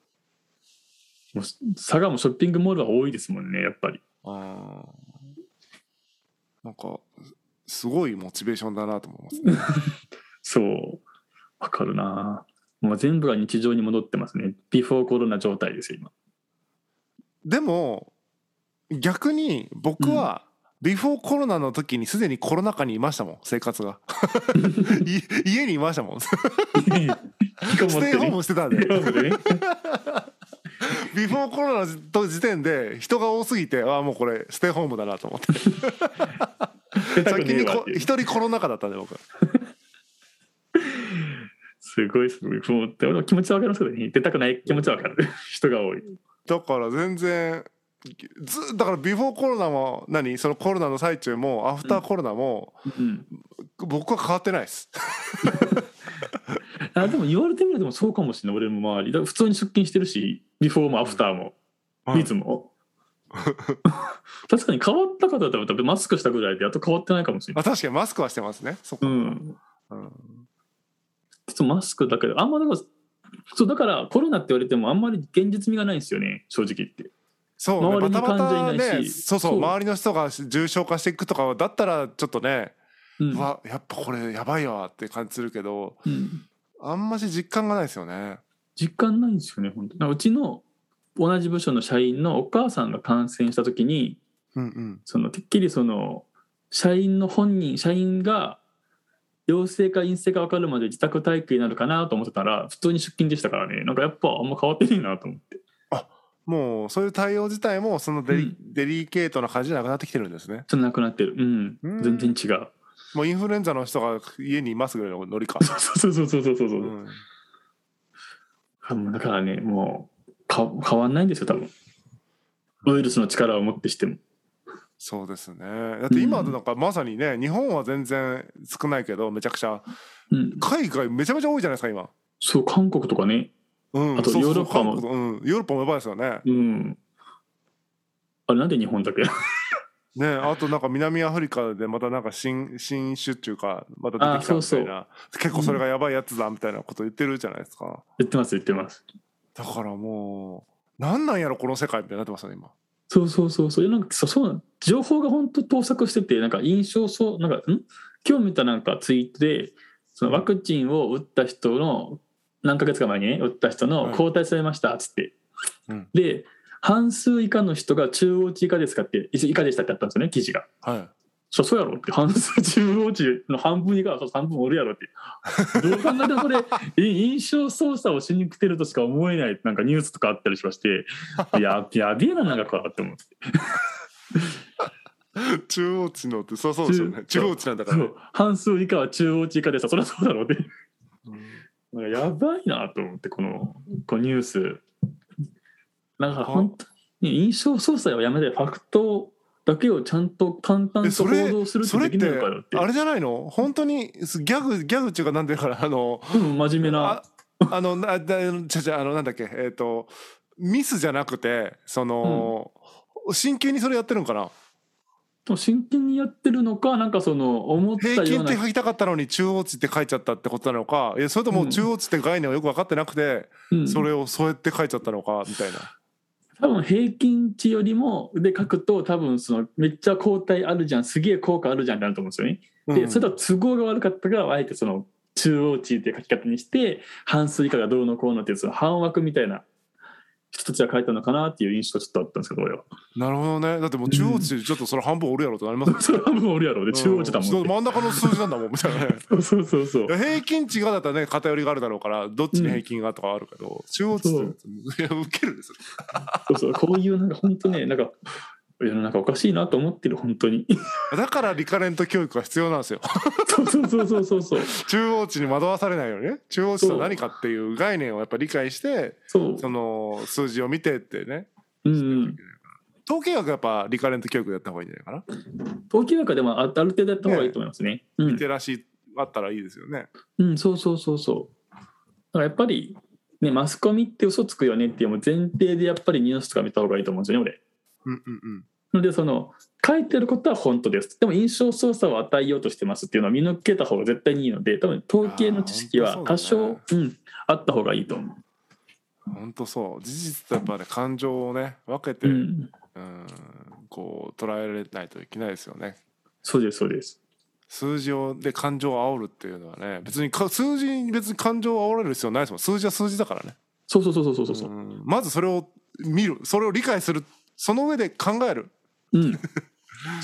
[SPEAKER 2] もう佐賀もショッピングモールは多いですもんねやっぱり
[SPEAKER 1] あーなんかすごいモチベーションだなと思いますね。
[SPEAKER 2] そうわかるなもう全部が日常に戻ってますねビフォーコロナ状態ですよ 今
[SPEAKER 1] でも逆に僕は、ビフォーコロナの時にすでにコロナ禍にいましたもん生活がい家にいましたもんス
[SPEAKER 2] 引きこもっ
[SPEAKER 1] テイ
[SPEAKER 2] て
[SPEAKER 1] ホー
[SPEAKER 2] ね
[SPEAKER 1] ムしてたん
[SPEAKER 2] ス
[SPEAKER 1] で
[SPEAKER 2] テイホームでね
[SPEAKER 1] ビフォーコロナの時点で人が多すぎてああもうこれステイホームだなと思って
[SPEAKER 2] 出たく
[SPEAKER 1] 先
[SPEAKER 2] ねえ
[SPEAKER 1] に
[SPEAKER 2] わっ
[SPEAKER 1] こ
[SPEAKER 2] ていう
[SPEAKER 1] 一人コロナ禍だったんで僕
[SPEAKER 2] すごいすごいもうでも気持ちはわかりますけどね出たくない気持ちはわかる 人が多い
[SPEAKER 1] だから全然ずだからビフォーコロナも何そのコロナの最中もアフターコロナも、
[SPEAKER 2] うん
[SPEAKER 1] 僕は変わってないです
[SPEAKER 2] あでも言われてみるともそうかもしれない俺も周りだから普通に出勤してるしビフォーもアフターも、い、つも 確かに変わった方だったらマスクしたぐらいであと変わってないかもしれない
[SPEAKER 1] あ確かにマスクはしてますねそっ
[SPEAKER 2] う
[SPEAKER 1] か
[SPEAKER 2] ん
[SPEAKER 1] うん
[SPEAKER 2] ちょっとマスクだけどあんまだからそうだからコロナって言われてもあんまり現実味がないんですよね正直言って
[SPEAKER 1] そうね
[SPEAKER 2] 周り
[SPEAKER 1] バ
[SPEAKER 2] に
[SPEAKER 1] タバタ
[SPEAKER 2] 患者いない
[SPEAKER 1] ね
[SPEAKER 2] し
[SPEAKER 1] そうそう
[SPEAKER 2] そう
[SPEAKER 1] 周りの人が重症化していくとかだったらちょっとね、
[SPEAKER 2] うん
[SPEAKER 1] うわやっぱこれやばいわって感じするけど
[SPEAKER 2] うん
[SPEAKER 1] あんまし実感がないですよね
[SPEAKER 2] 実感ないんですよね本当なんかうちの同じ部署の社員のお母さんが感染した時に
[SPEAKER 1] うんうん
[SPEAKER 2] そのてっきりその社員の本人社員が陽性か陰性か分かるまで自宅待機になるかなと思ってたら普通に出勤でしたからねなんかやっぱあんま変わってねえなと思って
[SPEAKER 1] もうそういう対応自体もそのデリ,、
[SPEAKER 2] うん
[SPEAKER 1] デリケートな感じじゃなくなってきてるんですね
[SPEAKER 2] ちょっとなくなってるうん
[SPEAKER 1] うん
[SPEAKER 2] 全然違う
[SPEAKER 1] もうインフルエンザの人が家にいますぐらいのノリか、
[SPEAKER 2] そうそうそうそうそうそうう、
[SPEAKER 1] ん、
[SPEAKER 2] あもうだからねもうか変わんないんですよ多分ウイルスの力をもってしても
[SPEAKER 1] そうですねだって今
[SPEAKER 2] うん
[SPEAKER 1] なんかまさにね日本は全然少ないけどめちゃくちゃ
[SPEAKER 2] うん
[SPEAKER 1] 海外めちゃめちゃ多いじゃないですか今
[SPEAKER 2] そう韓国とかね
[SPEAKER 1] うん
[SPEAKER 2] あと
[SPEAKER 1] そうそう
[SPEAKER 2] ヨーロッパも
[SPEAKER 1] 韓国うん、ヨーロッパもやばいですよね
[SPEAKER 2] うんあれなんで日本だけ
[SPEAKER 1] ねあとなんか南アフリカでまたなんか新新種っていうかまた出てきた
[SPEAKER 2] あ
[SPEAKER 1] み
[SPEAKER 2] そ
[SPEAKER 1] た
[SPEAKER 2] うそう
[SPEAKER 1] いな結構それがやばいやつだみたいなこと言ってるじゃないですか
[SPEAKER 2] 言ってます言ってます
[SPEAKER 1] だからもうなんなんやろこの世界みたいになってますよね今
[SPEAKER 2] そうそうそうそういやなんかそうそうなん情報が本当盗作しててなんか印象そうなんかん今日見たなんかツイートでそのワクチンを打った人の何ヶ月か前にね打った人
[SPEAKER 1] うん
[SPEAKER 2] の抗体されましたっつって、
[SPEAKER 1] うん
[SPEAKER 2] で半数以下の人が中央値以下ですかって以下でしたってあったんですよね記事が。
[SPEAKER 1] はい
[SPEAKER 2] そそうやろって半数中央値の半分以下はそう半分おるやろってどう考えてもそ れえ印象操作をしに来てるとしか思えないなんかニュースとかあったりしましてややべえななんかこれって思って
[SPEAKER 1] 中央値のってそうそうですよね中
[SPEAKER 2] 中
[SPEAKER 1] 央値なんだから
[SPEAKER 2] そ
[SPEAKER 1] ね、
[SPEAKER 2] う半数以下は中央値以下でさそりゃそうだろうって
[SPEAKER 1] うん
[SPEAKER 2] なんかやばいなと思ってこのこのニュースなんか本当に印象操作をやめてファクトだけをちゃんと淡々
[SPEAKER 1] え
[SPEAKER 2] と
[SPEAKER 1] それ
[SPEAKER 2] 報道するって
[SPEAKER 1] それっ
[SPEAKER 2] でき
[SPEAKER 1] て
[SPEAKER 2] ないのかよって
[SPEAKER 1] あれじゃないの本当にすギャグギャグっていうかなんていうからあの
[SPEAKER 2] うん真面目な
[SPEAKER 1] ああのなだちゃちゃあのなんだっけえっ、とミスじゃなくてその、真剣にそれやってるんかな
[SPEAKER 2] でも真剣にやってるのかなんかその思った
[SPEAKER 1] 平
[SPEAKER 2] よ
[SPEAKER 1] 均
[SPEAKER 2] う
[SPEAKER 1] っ
[SPEAKER 2] な
[SPEAKER 1] て書きたかったのに中央値って書いちゃったってことなのかいやそれとも
[SPEAKER 2] うん
[SPEAKER 1] 中央値って概念をよく分かってなくて、
[SPEAKER 2] うん
[SPEAKER 1] それをそうやって書いちゃったのかみたいな。
[SPEAKER 2] 多分平均値よりもで書くと多分そのめっちゃ抗体あるじゃんすげえ効果あるじゃんってなると思うんですよね。 で、
[SPEAKER 1] うん
[SPEAKER 2] それと都合が悪かったからあえてその中央値っていう書き方にして半数以下がどうのこうのっていうその半枠みたいな人たちが書いたのかなっていう印象がちょっとあったんですけど俺は。
[SPEAKER 1] なるほどねだってもう中央値ちょっとそれ半分おるやろとなりますよ
[SPEAKER 2] それはもう俺やろで 中央値だもん
[SPEAKER 1] う
[SPEAKER 2] ね、
[SPEAKER 1] 真ん中の数字なんだもんみたいなね。
[SPEAKER 2] そうそうそうそう
[SPEAKER 1] いや平均値がだったらね偏りがあるだろうからどっちに平均がとかあるけど、中央値っていやウケるんですよ
[SPEAKER 2] そうそうこういうなんか本当ねなんか世の中おかしいなと思ってる本当に
[SPEAKER 1] だからリカレント教育が必要なんですよ
[SPEAKER 2] そうそうそうそうそうそう
[SPEAKER 1] 中央値に惑わされないようにね中央値とは何かっていう概念をやっぱ理解して
[SPEAKER 2] そう
[SPEAKER 1] その数字を見てってね
[SPEAKER 2] うんうん、
[SPEAKER 1] 統計学やっぱリカレント教育やった方がいいんじゃないかな
[SPEAKER 2] 統計学でもあある程度やった方がいいと思いますね。うん
[SPEAKER 1] リ、テラシーあったらいいですよね
[SPEAKER 2] うん、そうそうそうそう。だからやっぱり、ね、マスコミって嘘つくよねっていうもう前提でやっぱりニュースとか見た方がいいと思うんですよね、俺。
[SPEAKER 1] うんうんうん
[SPEAKER 2] ので、その、書いてることは本当です。でも印象操作を与えようとしてますっていうのは見抜けた方が絶対にいいので、多分統計の知識
[SPEAKER 1] あ
[SPEAKER 2] は
[SPEAKER 1] ー
[SPEAKER 2] 多
[SPEAKER 1] 本当そう
[SPEAKER 2] 少、
[SPEAKER 1] だ
[SPEAKER 2] う
[SPEAKER 1] ね
[SPEAKER 2] ん、あった方がいいと思
[SPEAKER 1] ほんとそう事実とやっぱね感情をね分けて、
[SPEAKER 2] う。う
[SPEAKER 1] うん、
[SPEAKER 2] ん、
[SPEAKER 1] こう捉えられないといけないですよね
[SPEAKER 2] そうです、そうです。
[SPEAKER 1] 数字をで感情を煽るっていうのはね別にか数字に別に感情を煽られる必要ないですもん数字は数字だからね
[SPEAKER 2] そうそうそうそうそうそう。
[SPEAKER 1] うんまずそれを見るそれを理解するその上で考える
[SPEAKER 2] うん。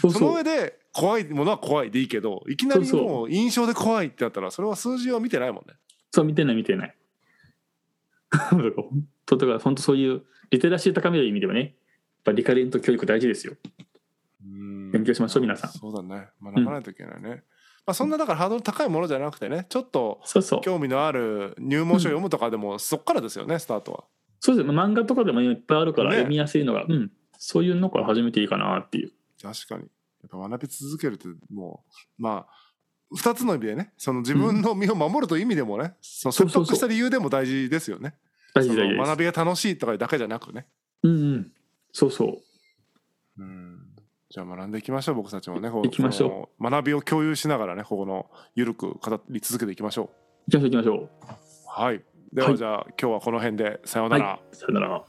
[SPEAKER 2] そう
[SPEAKER 1] そ
[SPEAKER 2] そ
[SPEAKER 1] の
[SPEAKER 2] う。
[SPEAKER 1] 上で怖いものは怖いでいいけどいきなり
[SPEAKER 2] そうそう
[SPEAKER 1] もう印象で怖いってなったらそれは数字は見てないもんね
[SPEAKER 2] そう、見てない見てない。だから本当、だから本当そういう、リテラシー高める意味ではね、やっぱリカレント教育大事ですよ。勉強しましょう皆さん
[SPEAKER 1] そうだね学ばないといけないね、まあ、そんなだからハードル高いものじゃなくてねちょっと
[SPEAKER 2] そうそう。
[SPEAKER 1] 興味のある入門書を読むとかでもそっからですよねスタートは
[SPEAKER 2] そうですね漫画とかでもいっぱいあるから
[SPEAKER 1] ね
[SPEAKER 2] 読みやすいのが、うん、そういうのから始めていいかなっていう。
[SPEAKER 1] 確かにやっぱ学び続けるってもうまあ2つの意味でねその自分の身を守るという意味でもね、その
[SPEAKER 2] そう
[SPEAKER 1] 説
[SPEAKER 2] そうそう
[SPEAKER 1] 得した理由でも大事ですよね
[SPEAKER 2] 大事大
[SPEAKER 1] そ
[SPEAKER 2] 事
[SPEAKER 1] の学
[SPEAKER 2] です。
[SPEAKER 1] びが楽しいとかだけじゃなくね
[SPEAKER 2] うんうん。そうそう。
[SPEAKER 1] うんじゃあ学んでいきましょう僕たちもねこう
[SPEAKER 2] いきましょう
[SPEAKER 1] この学びを共有しながらねここの緩く語り続けていきましょ
[SPEAKER 2] 行きましょう行きましょう。
[SPEAKER 1] うはいでは
[SPEAKER 2] はい
[SPEAKER 1] じゃあ、今日はこの辺でさようなら、
[SPEAKER 2] はいさよなら。